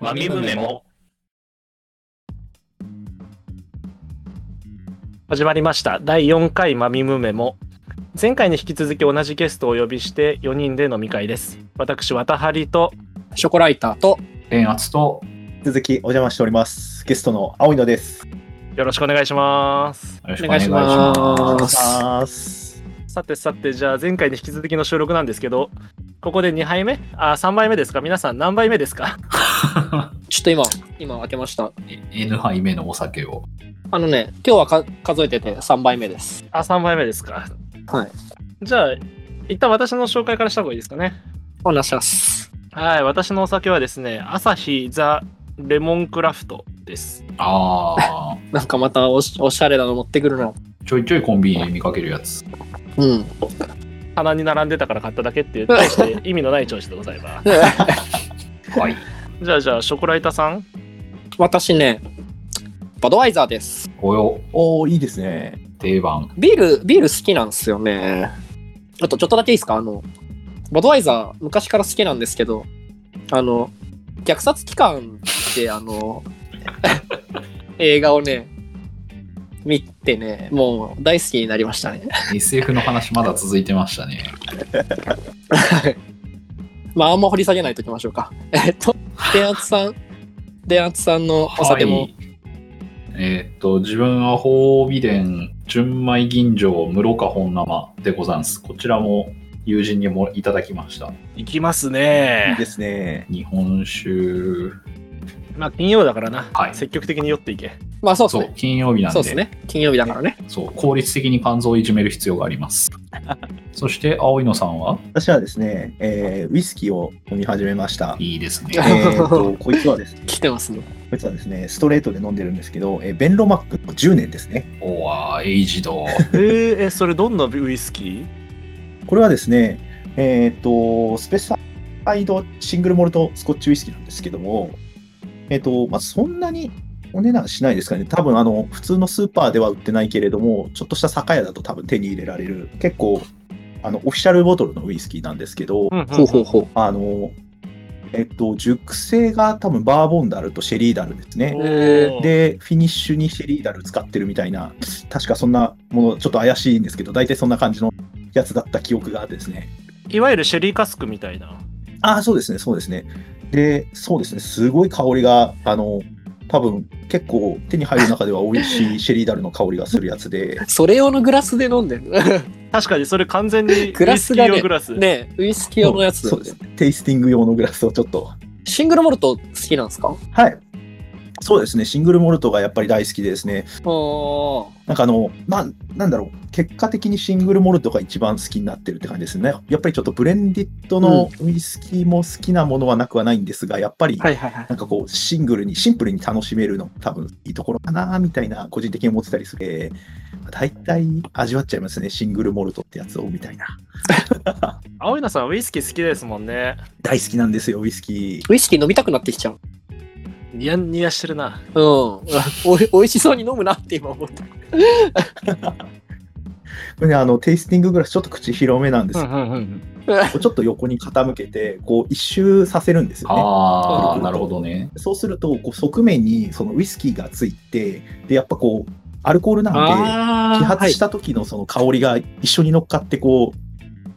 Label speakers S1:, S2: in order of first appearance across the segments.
S1: マミムネも
S2: 始まりました第4回マミムメモ前回に引き続き同じゲストをお呼びして4人で飲み会です私渡張と
S3: ショコライターと
S4: 電圧と
S5: 続きお邪魔しております。ゲストの青いのです。
S2: よろしくお願いします
S4: よろし
S3: お願いしま
S5: お
S3: す。
S5: 願いします。
S2: さてさてじゃあ前回に引き続きの収録なんですけどここで2杯目あ3杯目ですか皆さん何杯目ですか
S3: ちょっと今、今開けました。
S4: N 杯目のお酒を。
S3: あのね、今日はか数えてて3杯目です。
S2: あ3杯目ですか
S3: はい
S2: じゃあ一旦私の紹介からした方がいいですかね
S3: お話します。
S2: はい私のお酒はですねアサヒザレモンクラフトです
S4: ああ、
S3: なんかまたおしおしゃれなの持ってくるな。
S4: ちょいちょいコンビニで見かけるやつ。
S3: うん。
S2: 棚に並んでたから買っただけっていう大 して意味のない調子でございます
S4: はい。
S2: じゃあじゃあショコライタさん
S3: 私ね、バドワイザーです。
S4: およ、
S5: おー、いいですね。
S4: 定番。
S3: ビール、ビール好きなんですよね。あとちょっとだけいいですかあの、バドワイザー昔から好きなんですけど、あの、虐殺期間ってあ の、映画をね、見てね、もう大好きになりましたね。
S4: SF の話まだ続いてましたね。
S3: まあ、あんま掘り下げないときましょうか。 えっと、電圧さん、電圧さんのお
S4: は
S3: 酒
S4: い。
S3: も、
S4: えーっと、自分は褒美伝、純米吟醸、室か本生でござんす。こちらも友人にもいただきました。
S2: いきます
S5: いい
S2: ね
S5: ですね。
S4: 日本酒、
S2: まあ金曜だからな、
S4: はい
S2: 積極的に酔っていけ
S3: まあそうです
S4: そう
S3: ね。、
S4: 金曜日なんで
S3: そうですね。金曜日だからね。
S4: そう効率的に肝臓をいじめる必要があります。そして、青いのさんは
S5: 私はですね、えー、ウイスキーを飲み始めました。
S4: いいですね。
S5: えー、と、 こいつはですね、
S3: 来てますね。
S5: こいつはですね、ストレートで飲んでるんですけど、えーベンロマックの10年ですね。
S4: おわ、エイジド。
S2: えー、えそれどんなウイスキ
S5: これはですね、えっ、と、スペシャイドシングルモルトスコッチウイスキーなんですけども、えっ、と、まあ、そんなにお値段しないですかね。多分、あの、普通のスーパーでは売ってないけれども、ちょっとした酒屋だと多分手に入れられる、結構、あの、オフィシャルボトルのウイスキーなんですけど、
S2: ー、うんうん
S3: ほうほうほう。
S5: あの、えっと、熟成が多分バーボンダルとシェリーダルですね。
S2: おー
S5: で、フィニッシュにシェリーダル使ってるみたいな、確かそんなもの、ちょっと怪しいんですけど、大体そんな感じのやつだった記憶があってですね。
S2: いわゆるシェリーカスクみたいな
S5: ああ、そうですね、そうですね。で、そうですね、すごい香りが、あの、多分結構手に入る中では美味しいシェリーダルの香りがするやつで、
S3: それ用のグ ラスで飲んでる。
S2: 確かにそれ完全に
S3: グ
S2: ウ
S3: ラ
S2: イ
S3: ス
S2: スキ
S3: が
S2: ー
S3: ね
S2: 用グラス
S3: ねウイスキー用のやつ
S5: そうですね、テイスティング用のグラスをちょっと
S3: シングルモルト好きなんですか
S5: はい。そうですね、シングルモルトがやっぱり大好きでですね、
S3: おー。
S5: なんかあの、まあ、なんだろう、結果的にシングルモルトが一番好きになってるって感じですね。やっぱりちょっとブレンディットのウイスキーも好きなものはなくはないんですが、やっぱり、
S3: はいはいはい。
S5: なんかこう、シングルに、シンプルに楽しめるの、多分いいところかな、みたいな、個人的に思ってたりする。えー、大体味わっちゃいますね、シングルモルトってやつを、みたいな。
S2: 青いなさんウイスキー好きですもんね
S5: 大好きなんですよ、ウイスキー。
S3: ウイスキー飲みたくなってきちゃう。
S2: ニヤニヤしてるな
S3: うん。 おい美味しそうに飲むなって今思った。
S5: これね、あの、テイスティンググラス、ちょっと口広めなんです
S2: う
S5: け
S2: ん
S5: ど、
S2: うんうん
S5: こうちょっと横に傾けて、こう、一周させるんですよね。
S4: ああ、なるほどね。
S5: そうすると、こう側面にそのウイスキーがついて、で、やっぱこう、アルコールなんで、揮発した時のその香りが一緒に乗っかってこ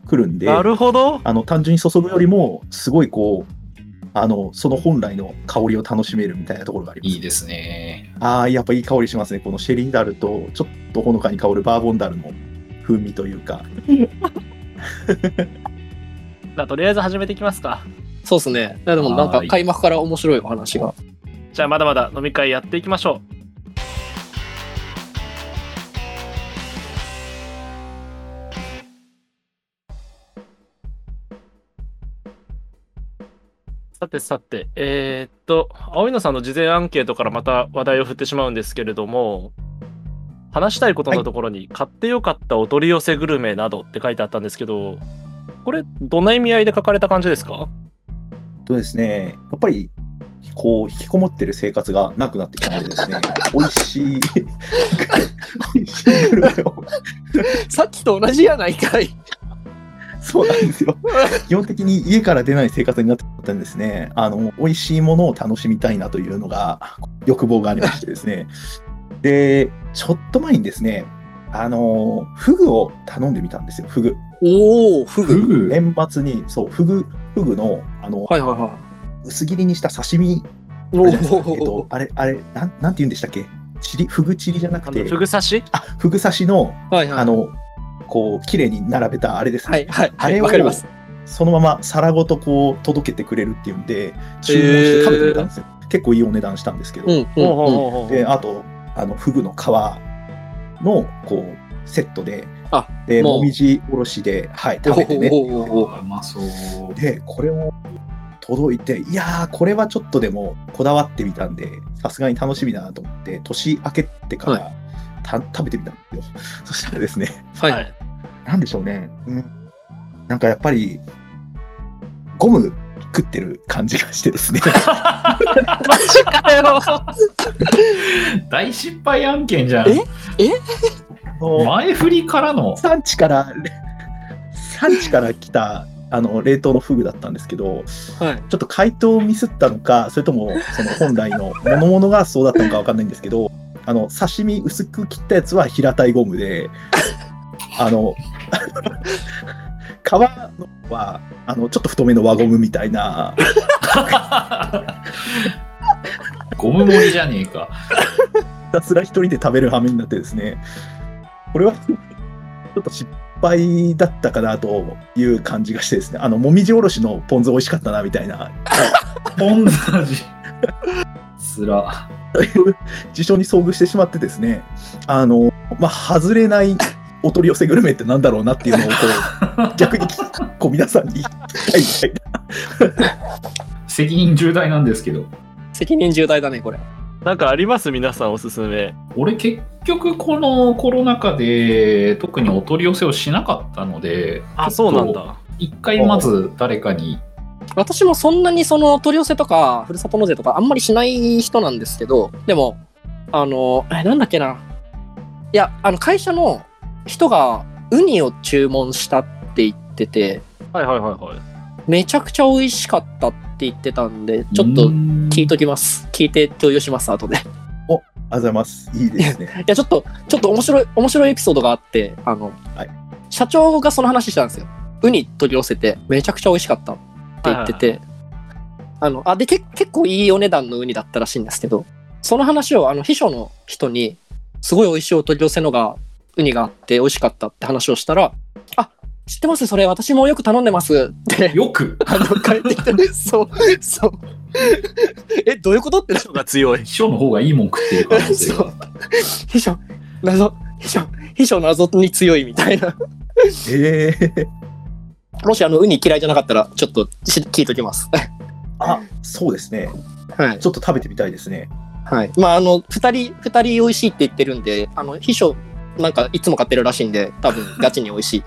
S5: う、来るんで、
S2: なるほど
S5: あの、単純に注ぐよりも、すごいこう、あの、その本来の香りを楽しめるみたいなところがあります。
S4: いいですね。
S5: ああ、やっぱいい香りしますね。このシェリーダルと、ちょっとほのかに香るバーボンダルの風味というか、
S2: じゃあとりあえず始めていきますか
S3: そうですね。いやでもなん
S4: は
S3: か
S4: ーい
S3: 開幕から面白いお話が。
S2: じゃあまだまだ飲み会やっていきましょうさてさてえーっと青いのさんの事前アンケートからまた話題を振ってしまうんですけれども話したいことのところに、買ってよかったお取り寄せグルメなどって書いてあったんですけどこれどんな意味合いで書かれた感じですか
S5: とですね、やっぱり、こう、引きこもってる生活がなくなってきたのでですね、美味しい、美味しいグルメを
S3: さっきと同じやないかい。
S5: そうなんですよ。基本的に家から出ない生活になってたんですね。あの、美味しいものを楽しみたいなというのが、欲望がありましてですね。で、ちょっと前にですね、あの、フグを頼んでみたんですよ、フグ。
S3: おお、フ
S4: フ
S3: グ。
S4: グ
S5: 年末に、そう、フグ、フグの、あの、
S3: はいはいは
S5: 薄切りにした刺身
S3: い。お
S5: あるじゃないですかえっと
S3: お、
S5: あれ、あれ、なん、なんて言うんでしたっけチリ、フグチリじゃな
S2: あ
S5: く
S2: の
S5: て、
S2: フグ刺し
S5: あ、フグ刺しの、
S3: はいはい。
S5: あ、の、こう、綺麗に並べたあれですね。
S3: はいはい。
S5: あれを
S3: わかります。
S5: そのまま皿ごとこう届けてくれるっていうんで注文して食べてみたんですよ、結構いいお値段したんですけ
S3: う
S5: ど、
S3: んうん
S2: ほうほう
S3: うん。
S2: ほうほう
S5: であとあのフグの皮のこうセットで
S3: あ
S5: で
S3: もう
S5: もみじおろしで、はい、食べてねっていう
S3: おーおーおーおー
S4: うまそう。
S5: でこれも届いていやーこれはちょっとでもこだわってみたんでさすがに楽しみだなと思って年明けてから、
S3: は
S5: た食べてみたんですよ そしたらですね
S3: はい
S2: は
S3: は
S2: い
S3: い
S5: なんでしょうね、うん、なんかやっぱりゴム食ってる感じがしてですね
S4: 大失敗案件じゃん。
S3: え
S5: あの
S4: 前振りからの。
S5: 産地から産地から来たあの冷凍のフグだったんですけど
S3: はい。
S5: ちょっと解凍をミスったのかそれともその本来の物々がそうだったのかわかんないんですけどあの刺身薄く切ったやつは平たいゴムであの 皮の方はあのちょっと太めの輪ゴムみたいな
S4: ゴム盛りじゃねえか。
S5: ひたすら一人で食べる羽目になってですね、これは ちょっと失敗だったかなという感じがしてですね、あの、もみじおろしのポン酢美味しかったなみたいな、
S4: ポン酢味。つら。
S5: 事象に遭遇してしまってですね、あの、まあ、外れないお取り寄せグルメってなんだろうなっていうのをこう、逆に、こう皆さんに聞きたいみたいな。
S4: 責任重大なんですけど。
S3: 責任重大だね、これ。
S2: なんかあります皆さんおすすめ
S4: 俺結局このコロナ禍で特にお取り寄せをしなかったので
S2: あそうなんだ
S4: 一回まず誰かに
S3: 私もそんなにその取り寄せとか、ふるさと納税とかあんまりしない人なんですけど、でも、あの、え、なんだっけな。いや、あの、会社の人がウニを注文したって言ってて、
S2: はいはいはいはい
S3: めちゃくちゃ美味しかったって言ってたんで、ちょっと聞いときます。聞いて共有します、後で。い
S5: ありがとうございます。いいですね。
S3: や、ちょっと、ちょっと面白い、面白いエピソードがあって、あの、
S5: はい
S3: 社長がその話したんですよ。ウニ取り寄せて、めちゃくちゃ美味しかったって言ってて、あの、あ、で、け結構いいお値段のウニだったらしいんですけど、その話を、あの、秘書の人に、すごい美味しいお取り寄せのが、ウニがあって美味しかったって話をしたら、あ、知ってますそれ私もよく頼んでますって、
S4: よく
S3: あの、帰ってき て、そう、そう。え、どういうことってなって
S2: 人が強い
S4: 秘書の方がいいもん食ってる可能性
S3: そ
S4: が
S3: う。秘書、謎、秘書、秘書謎に強いみたいな。
S5: えー、
S3: もしあの、ウニ嫌いじゃなかったら、ちょっとし聞いときます。
S5: あ、そうですね。
S3: はい
S5: ち。ょっと食べてみたいですね。
S3: はい。まあ、あの、二人、二人美味しいって言ってるんで、あの、秘書、なんかいつも買ってるらしいんで、多分ガチに美味しい。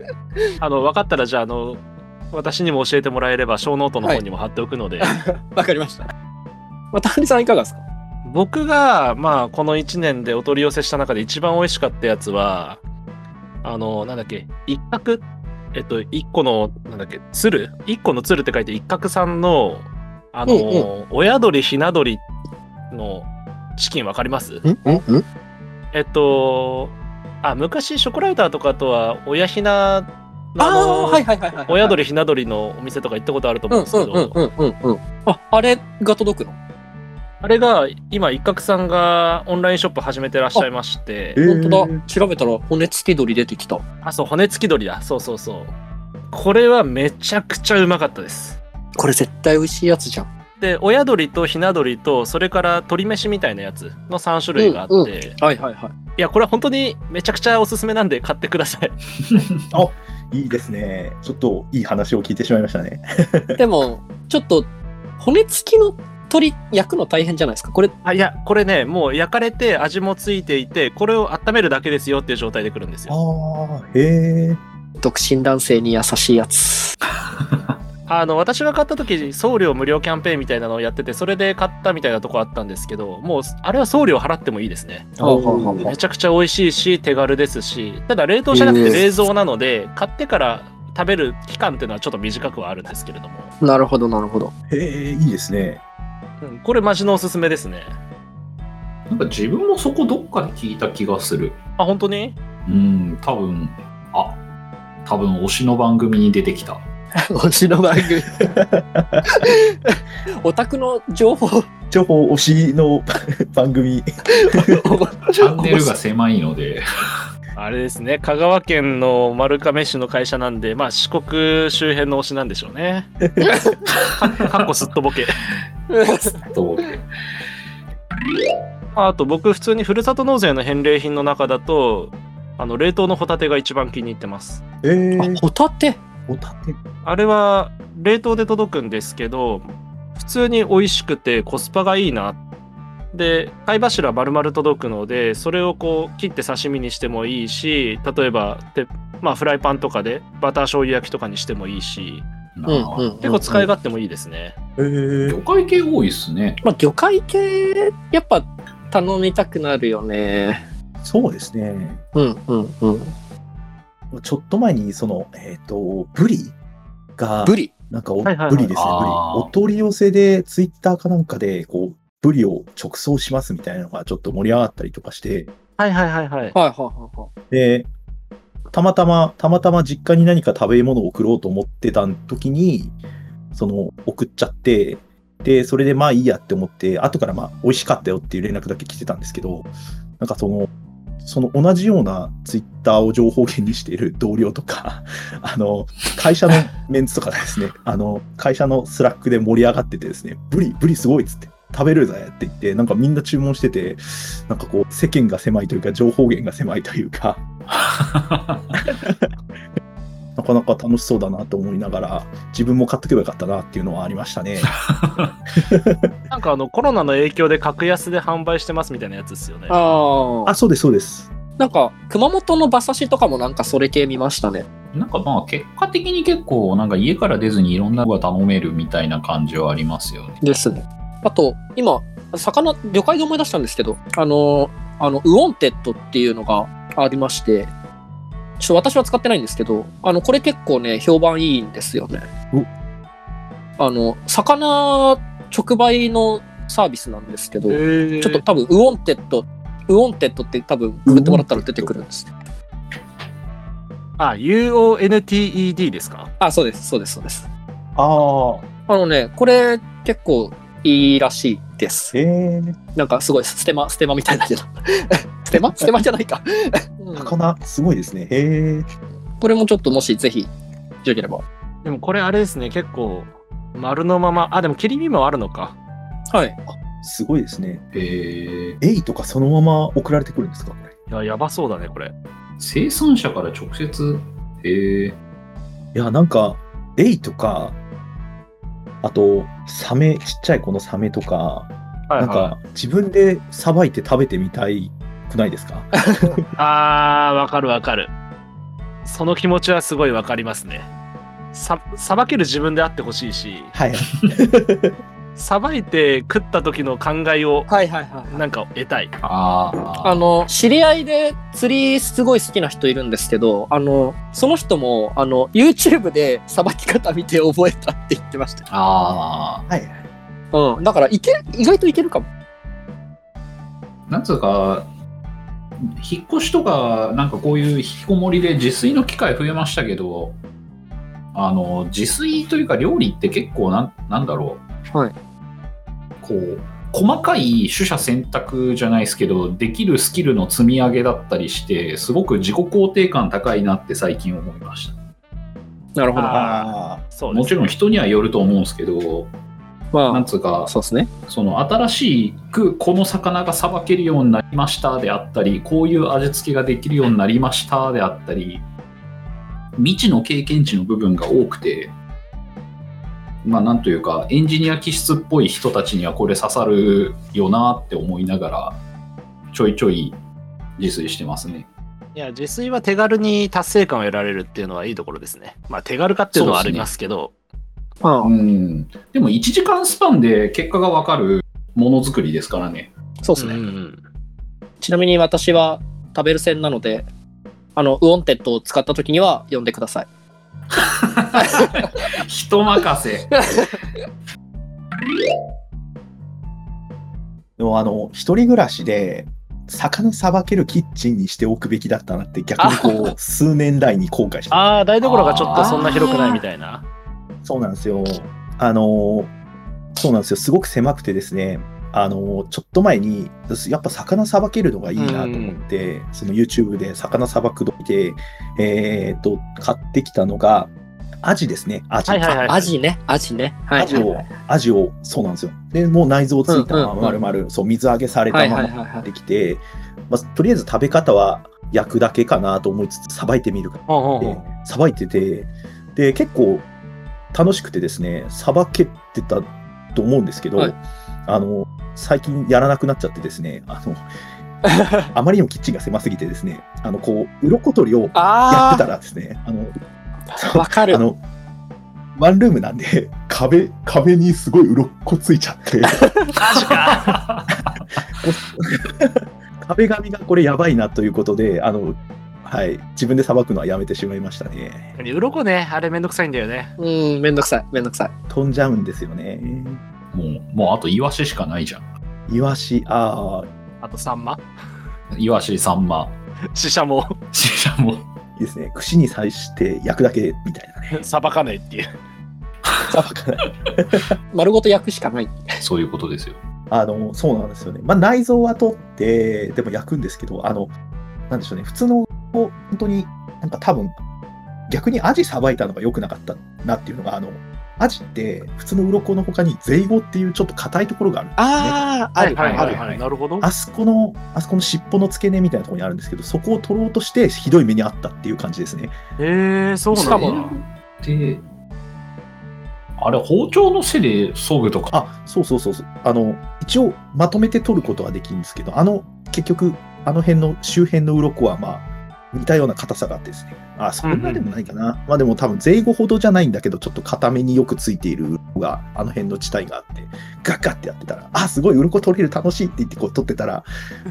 S2: あの分かったらじゃああの私にも教えてもらえれば小ノートの方にも貼っておくので、
S3: わかりました。まあ、谷さんいかがですか
S2: 僕がまあこの1年でお取り寄せした中で一番美味しかったやつはあのなんだっけ一角えっと一個のなんだっけ鶴一個の鶴って書いて一角さんのあの、
S3: う
S2: 親鳥ひな鳥のチキンわかります
S3: んんん
S2: えっとあ昔ショコライターとかとは親ひなのあ
S3: ああ
S2: の
S3: ー、はいはいはいはい。
S2: 親。鳥ひな鳥のお店とか行ったことあると
S3: う
S2: 思うんんですけど、
S3: うんうんうんうんうん。あ、あれが届くの
S2: あれが今一角さんがオンラインショップ始めてらっしゃいまして
S5: えー
S3: 本当だ。調べたら骨付き鳥出てきた。
S2: あそう骨付き鳥だそうそうそうこれはめちゃくちゃうまかったです
S3: これ絶対美味しいやつじゃん。
S2: で親鳥とひな鳥とそれから鳥飯みたいなやつの3種類があって、
S3: うんうん
S2: い
S3: はいはいはい。
S2: やこれは本当にめちゃくちゃおすすめなんで買ってください
S5: いいですね。ちょっといい話を聞いてしまいましたね。
S3: でも、ちょっと、骨付きの鳥焼くの大変じゃないですか。これ、
S2: あいやこれねもう焼かれて味もついていてこれを温めるだけですよっていう状態で来るんですよ
S5: ああ、へえ。
S3: 独身男性に優しいやつ。
S2: あの私が買った時送料無料キャンペーンみたいなのをやっててそれで買ったみたいなとこあったんですけどもうあれは送料払ってもいいですね
S3: ほうほうほうほう
S2: めちゃくちゃ美味しいし手軽ですしただ冷凍じゃなくて冷蔵なので、買ってから食べる期間っていうのはちょっと短くはあるんですけれども、
S3: なるほど、なるほど。
S5: へえ、いいですね。
S2: うんこれマジのおすすめですね。
S4: なんか自分もそこどっかで聞いた気がする。
S2: あ、本当に
S4: うん、多分、あ、多分推しの番組に出てきた。
S3: 推しの番組。 オタクの情報を
S5: 情報推しの 番組。
S4: チャンネ ルが狭いので、
S2: あれですね、香川県の丸亀市の会社なんで、まあ四国周辺の推しなんでしょうね。 かっこすっとぼけ。
S4: と
S2: ああと僕、普通にふるさと納税の返礼品の中だと、あの冷凍のホタテが一番気に入ってます。
S5: ええ
S3: あ、ホタテ。
S5: ホタテ。
S2: あれは冷凍で届くんですけど、普通に美味しくてコスパがいいな。で、貝柱丸々届くので、それをこう切って刺身にしてもいいし、例えばて、まあ、フライパンとかでバター醤油焼きとかにしてもいいし、
S4: な
S3: うん、うん
S4: あ。
S3: うん
S2: 結構使い勝手もいいですね。
S5: えー
S4: 魚介系多いですね。
S3: まあ、魚介系、やっぱ頼みたくなるよね。
S5: そうですね。
S3: うん、うん、うん。
S5: ちょっと前に、その、えっ、と、ブリが、
S3: ブリ。
S5: なんかお、
S2: はいはいはい
S5: ブリですね、ブリ。
S4: あー
S5: お取り寄せで、ツイッターかなんかで、こう、ブリを直送しますみたいなのがちょっと盛り上がったりとかして、
S2: はいはいはいはい。
S3: はい、はい、はいはい。
S5: で、たまたま、たまたま実家に何か食べ物を送ろうと思ってた時に、その、送っちゃって、で、それでまあいいやって思って、後からまあ美味しかったよっていう連絡だけ来てたんですけど、なんかその、その同じようなツイッターを情報源にしている 同僚とか、あの、会社のメンツとかですね、 あの、会社のスラックで盛り上がっててですね、ブリ、ブリすごいっつって、食べるぜって言って、なんかみんな注文してて、なんかこう、世間が狭いというか、情報源が狭いというか、なかなか楽しそうだなと思いながら、自分も買っとけばよかったなっていうのはありました ね。
S2: なんかあのコロナの影響で格安で販売してますみたいなやつですよね。
S3: あ
S5: あ、
S3: あ。
S5: そうです、そうです。
S3: なんか、熊本の馬刺しとかもなんかそれ系見ましたね。
S4: なんかまあ結果的に結構なんか家から出ずにいろんなのが頼めるみたいな感じはありますよね。
S3: ですね。あと、今、魚、魚介で思い出したんですけど、あの、あの、ウォンテッドっていうのがありまして、ちょっと私は使ってないんですけど、あの、これ結構ね、評判いいんですよね。あの、魚直売のサービスなんですけど、
S2: え
S3: ちょっと多分、ウォンテッド、ウォンテッドって多分、ググってもらったら出てくるんです。
S2: あ、UONTED ですか
S3: あ、そうです、そうです、そうです。
S5: ああ、
S3: あのね、これ結構いいらしいです。
S5: ええー、
S3: なんかすごいステマ、ステマみた いだけど。ステマステマじゃないか、うん
S5: 魚、すごいですね。へえ。
S3: これもちょっともしぜひ、よければ。
S2: でもこれあれですね、結構丸のまま。あ、でも切り身もあるのか。
S3: はい。
S5: すごいですね。
S4: えー、
S5: エイとかそのまま送られてくるんですかこれ
S2: いや、やばそうだね、これ。
S4: 生産者から直接、えー、
S5: いや、なんか、エイとか、あと、サメ、ちっちゃいこのサメとか、
S2: はい
S5: なんか、自分でさばいて食べてみたいくないですか
S2: あー、わかるわかる。その気持ちはすごいわかりますね。さ、さばける自分であってほしいし、
S5: はい。
S2: さばいて食った時の考えを
S3: はいはいはい。
S2: なんか得たい。
S4: あ
S3: あ
S4: ー
S3: の、知り合いで釣りすごい好きな人いるんですけど、あの、その人も、あの、YouTube でさばき方見て覚えたって言ってました。
S4: あ
S5: はい。
S3: うん。だから、いけ、意外といけるかも。
S4: ーなんつうか、引っ越しとか、なんかこういう引きこもりで自炊の機会増えましたけど、あの、自炊というか料理って結構なん、なんだろう。
S3: はい。
S4: こう、細かい取捨選択じゃないですけど、できるスキルの積み上げだったりして、すごく自己肯定感高いなって最近思いました。
S3: なるほど。
S2: あ
S3: ま
S5: ああ、
S2: そうですね
S4: もちろん人にはよると思うんですけど、なん
S3: あ、
S4: つうか、
S3: そうですね。
S4: その新しくこの魚がさばけるようになりましたであったりこういう味付けができるようになりましたであったり未知の経験値の部分が多くてまあなんというかエンジニア気質っぽい人たちにはこれ刺さるよなって思いながらちょいちょい自炊してますね。
S2: いや、自炊は手軽に達成感を得られるっていうのはいいところですね。まあ、手軽かっていうのはあ
S4: そうですね
S2: りますけど、
S3: ま
S4: うん、でも1時間スパンで結果がわかるものづくりですからね。
S3: あ、そうですね。
S2: うんうん
S3: ちなみに私は食べる専なので、あの、ウォンテッドを使った時には呼んでください。
S4: 人任せ。
S5: でもあの、一人暮らしで、魚さばけるキッチンにしておくべきだったなって、逆に こう、数年来に後悔してま
S2: ああ、台所がちょっとそんな広くないみたいな。
S5: す。そうなんですよ。あの、そうなんですよ。すごく狭くてですね、あの、ちょっと前に、やっぱ魚さばけるのがいいなと思って、その YouTube で魚さばくのを見て、えーっと、買ってきたのが、アジですね。アジ。
S2: はいはいはい。
S3: アジね、アジね。は
S5: ア
S3: い。
S5: ジを、アジを、そうなんですよ。で、もう内臓ついたま
S3: うん
S5: ま、
S3: うんう
S5: 丸
S3: ん
S5: 々、そう、水揚げされ
S3: は
S5: た
S3: い
S5: ま
S3: は
S5: ま
S3: いはいはい。
S5: できて、まあ、とりあえず食べ方は焼くだけかなと思いつつさばいてみるか
S2: ほうほうほ
S5: でさばいててで結構楽しくてですねさばけてたと思うんですけど、
S3: はい
S5: あの最近やらなくなっちゃってですねあのあまりにもキッチンが狭すぎてですねあのこう鱗取りをやって
S3: あ
S5: たらですねあの
S3: あ、わか
S5: あ
S3: る。
S5: のワンルームなんで壁壁にすごい鱗ついちゃって
S4: マジか。
S5: 壁紙がこれやばいなということであのはい自分でさばくのはやめてしまいましたね。
S2: う。鱗ね、あれめんどくさいんだよね。
S3: うん、めんどくさい、めんどくさい。
S5: 飛んじゃうんですよね。
S4: もう、もうあとイワシしかないじゃん。
S5: イワシ、ああ、
S2: あとサンマ、
S4: イワシ、サンマ、
S2: シシャも
S4: シシャモ。
S5: いいですね。串に刺して焼くだけみたい なね。
S2: さばかないっていう。
S5: さばかない
S3: 丸ごと焼くしかない。
S4: そういうことですよ。
S5: あの、そうなんですよね。まあ内臓は取って、でも焼くんですけど、あの、なんでしょうね。普通の、本当になんか多分、逆にアジさばいたのが良くなかったなっていうのが、あの、アジって普通の鱗の他にゼイゴっていうちょっと硬いところがあるんですね。
S3: ああ、ある、
S2: はいはい
S3: あ
S2: はい
S3: る。
S2: はい。なるほど。
S5: あそこの、あそこの尻尾の付け根みたいなところにあるんですけど、そこを取ろうとしてひどい目にあったっていう感じですね。
S2: へえー、そうなん
S3: し
S2: だ
S3: かも。
S4: で、あれ、包丁の背で削ぐとか。
S5: あそうそうそうそうあの一応まとめて取ることはできるんですけどあの結局あの辺の周辺の鱗はまあ似たような硬さがあってですねあそんなでもないかな、まあでも多分ゼイゴほどじゃないんだけどちょっと固めによくついている鱗があの辺の地帯があってガッガッてやってたらあすごい鱗取れる楽しいって言ってこう取ってたら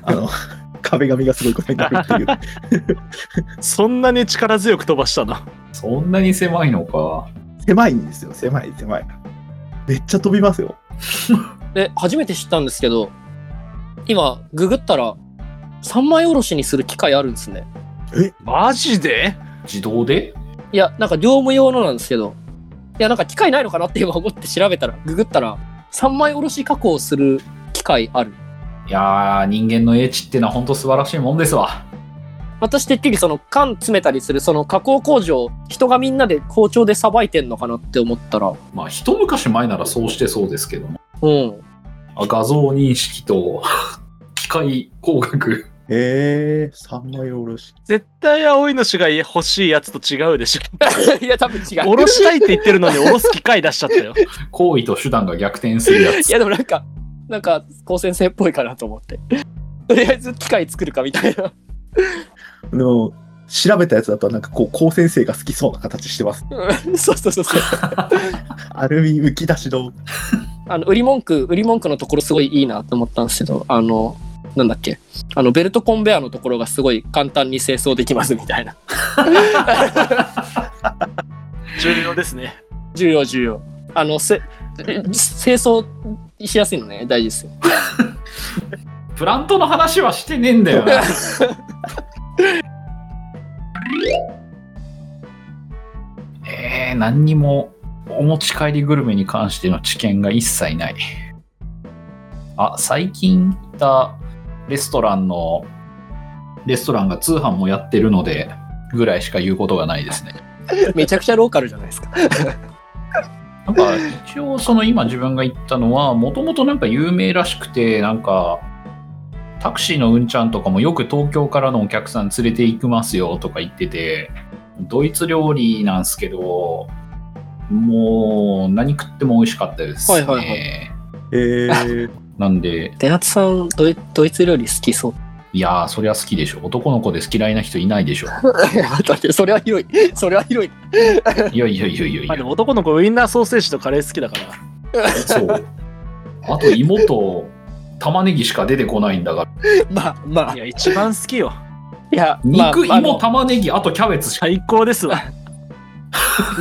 S5: あ の壁紙がすごいことになるっていう
S2: そんなに力強く飛ばしたな。
S4: そんなに狭いのか。
S5: 狭いんですよ狭い狭いめっちゃ飛びますよ
S3: で、初めて知ったんですけど、今、ググったら、三枚おろしにする機械あるんですね。
S2: マジで
S4: 自動で
S3: いや、なんか業務用のなんですけど、いや、なんか機械ないのかなって今思って調べたら、ググったら、三枚おろし加工する機械ある。
S4: いやー、人間の英知ってのは本当素晴らしいもんですわ。
S3: 私てっきりその缶詰めたりするその加工工場人がみんなで包丁でさばいてんのかなって思ったら
S4: まあ、一昔前ならそうしてそうですけども。
S3: うん
S4: あ画像認識と 機械工学。
S5: へえ三枚おろし
S2: 絶対青いの氏が欲しいやつと違うでしょ。
S3: いや多分違
S2: おろしたいって言ってるのにおろす機会出しちゃったよ。
S4: 行為と手段が逆転するや
S3: い
S4: つ。
S3: やでもなんかなんか高専生っぽいかなと思ってとりあえず機械作るかみたい な
S5: あの調べたやつだとなんかこう高先生が好きそうな形してます
S3: うんそうそうそうそう
S5: アルミ浮き出しの
S3: あの売り文句売り文句のところすごいいいなと思ったんですけどあのなんだっけあのベルトコンベアのところがすごい簡単に清掃できますみたいな
S2: 重要ですね。
S3: 重要重要あのせ清掃しやすいのね大事ですよ
S4: プラントの話はしてねえんだよな。えー、何にもお持ち帰りグルメに関しての知見が一切ない。あ、最近行ったレストランの、レストランが通販もやってるので、ぐらいしか言うことがないですね。
S3: めちゃくちゃローカルじゃないですか
S4: なんか一応その今自分が行ったのはもともとなんか有名らしくてなんかタクシーのうんちゃんとかもよく東京からのお客さん連れて行きますよとか言っててドイツ料理なんすけどもう何食っても美味しかったですね、
S3: はいはいは
S5: え ー、
S4: なんで
S3: デナツさんドイドイツ料理好き そう。
S4: いやーそりゃ好きでしょ男の子で嫌いな人いな いでしょ
S3: だってそれは広い。それは広い。
S4: いやいやいやいやい
S2: まあ
S4: や
S2: でも男の子ウインナーソーセージとカレー好きだから。
S4: そうあと芋と玉ねぎしか出てこないんだから
S3: まあまあ
S2: い。や、一番好きよ。
S3: いや、まあ
S4: 肉、
S3: まああ
S4: 芋
S3: の
S4: 玉ねぎあとキャベツしか
S2: 最高ですわ。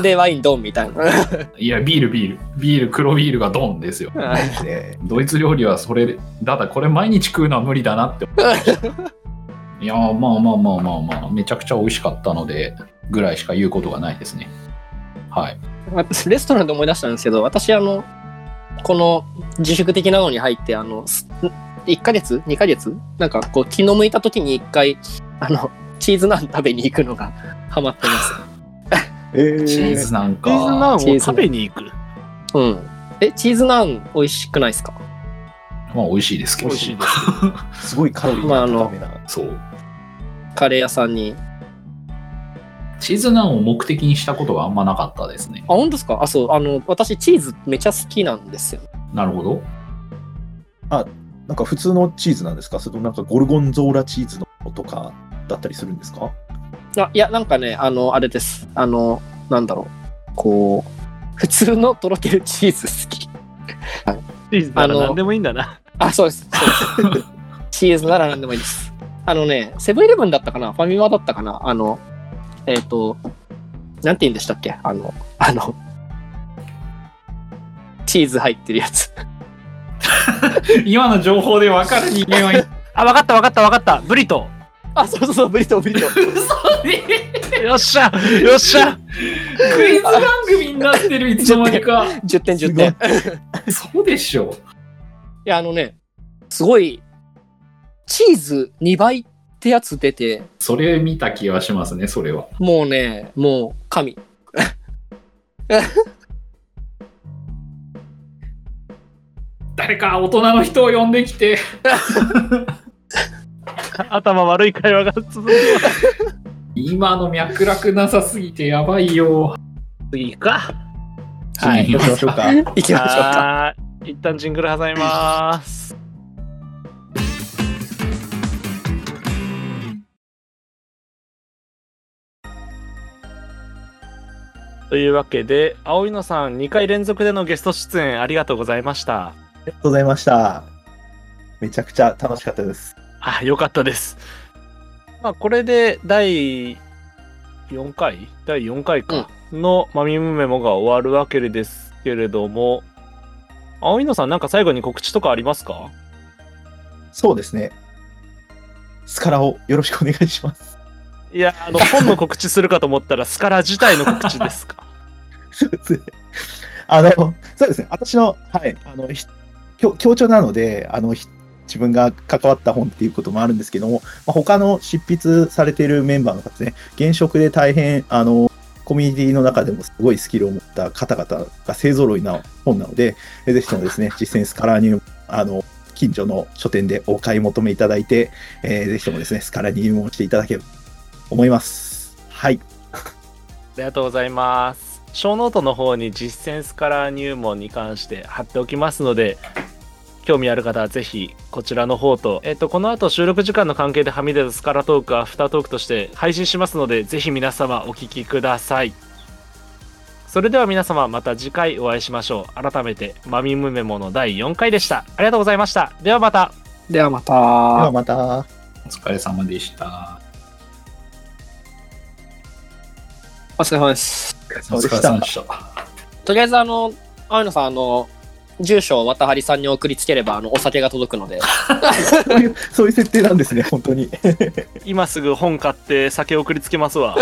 S3: で、ワインドンみたいな。
S4: いや、ビール、ビール。ビール、黒ビールがドンですよ。
S5: ですね。
S4: ドイツ料理はそれ、ただこれ毎日食うのは無理だなって思いました。いやー、まあまあまあまあまあ、めちゃくちゃ美味しかったので、ぐらいしか言うことがないですね。はい。
S3: レストランで思い出したんですけど、私、あの、この自粛的なのに入って、あの、す1ヶ月 ?2 ヶ月なんかこう、気の向いた時に1回、あの、チーズナン食べに行くのが ハマってます。
S5: えー
S4: チーズなん
S2: チーズナンを、
S4: か
S2: 食べに行く。
S3: うん。え、チーズナン美味しくないですか
S4: まあ美味しいですけ
S2: 美
S4: ど、
S2: 味しいです。
S5: すごいカロリー
S3: まああ
S5: が
S3: の
S5: 高めな。
S4: そう。
S3: カレー屋さんに。
S4: チーズナンを目的にしたことがあんまなかったですね
S3: あ、。本当ですかあ、そう、あの、私、チーズめちゃ好きなんですよ。
S4: なるほど。
S5: なんか普通のチーズなんですかそれともなんかゴルゴンゾーラチーズのとかだったりするんですか
S3: あいや、なんかね、あの、あれです。あの、なんだろう。こう、普通のとろけるチーズ好き。
S2: チーズなら
S3: あの
S2: 何でもいいんだな。
S3: あ、そうです。そうですチーズなら何でもいいです。あのね、セブンイレブンだったかなファミマだったかなあの、えっ、と、なんて言うんでしたっけあの、あの、チーズ入ってるやつ。
S4: 今の情報で分かる人間 はい
S2: あ、わかったわかったわかった。ブリト
S3: あ、そうそうそう、ブリトー、ブリト
S2: ー。
S3: ー。
S2: よっしゃよっしゃ
S4: クイズ番組になってるいつの間にか。
S3: 10点、10
S5: すごい
S3: 点。
S4: そうでしょ
S3: いや、あのね、すごい、チーズ2倍ってやつ出て、
S4: う。それ見た気がしますね、それは。
S3: もうね、もう神。
S4: 誰か大人の人を呼んできて。
S2: 頭悪い会話が続く。
S4: 今の脈絡なさすぎてやばいよ。
S2: 次行くか。
S3: はい
S5: 行きましょうか。
S3: 行きましょうか。
S2: はーい。一旦ジングル挟みます。というわけで、青井野さん、2回連続でのゲスト出演ありがとうございました。
S5: ありがとうございました。めちゃくちゃ楽しかったです。
S2: あ、よかったです。まあ、これで第4回第4回か、のマミムメモが終わるわけですけれども、青井野さん、なんか最後に告知とかありますか
S5: そうですね。スカラをよろしくお願いします。
S2: いや、 あの、本の告知するかと思ったら、スカラ自体の告知ですか。
S5: そうですね あの、そうですね。私の、はい、あの、ひ強強調なので、あの、ひ自分が関わった本っていうこともあるんですけども、まあ、他の執筆されているメンバーの方ですね、現職で大変、あの、コミュニティの中でもすごいスキルを持った方々が勢ぞろいな本なので、えぜひともですね、実践スカラーニウム、あの、近所の書店でお買い求めいただいて、えーぜひともですね、スカラに入門していただければと思います。はい。
S2: ありがとうございます。小ノートの方に実践スカラー入門に関して貼っておきますので、興味ある方はぜひこちらの方と、えっと、この後収録時間の関係ではみ出たスカラトーク、アフタートークとして配信しますので、ぜひ皆様お聞きください。それでは皆様また次回お会いしましょう。改めて、マミムメモの第4回でした。ありがとうございました。ではまた。
S3: ではまた。
S5: ではまた。
S4: お疲れ様でした。
S3: お疲れ様です。
S4: お
S5: お
S4: 疲
S5: 疲
S4: れ様
S5: れ様
S4: で
S5: で
S4: した。
S3: とりあえず、あの、青野さん、あの、住所を渡張さんに送りつければ、あの、お酒が届くので。
S5: そういう、そういう設定なんですね、本当に。
S2: 今すぐ本買って酒送りつけますわ。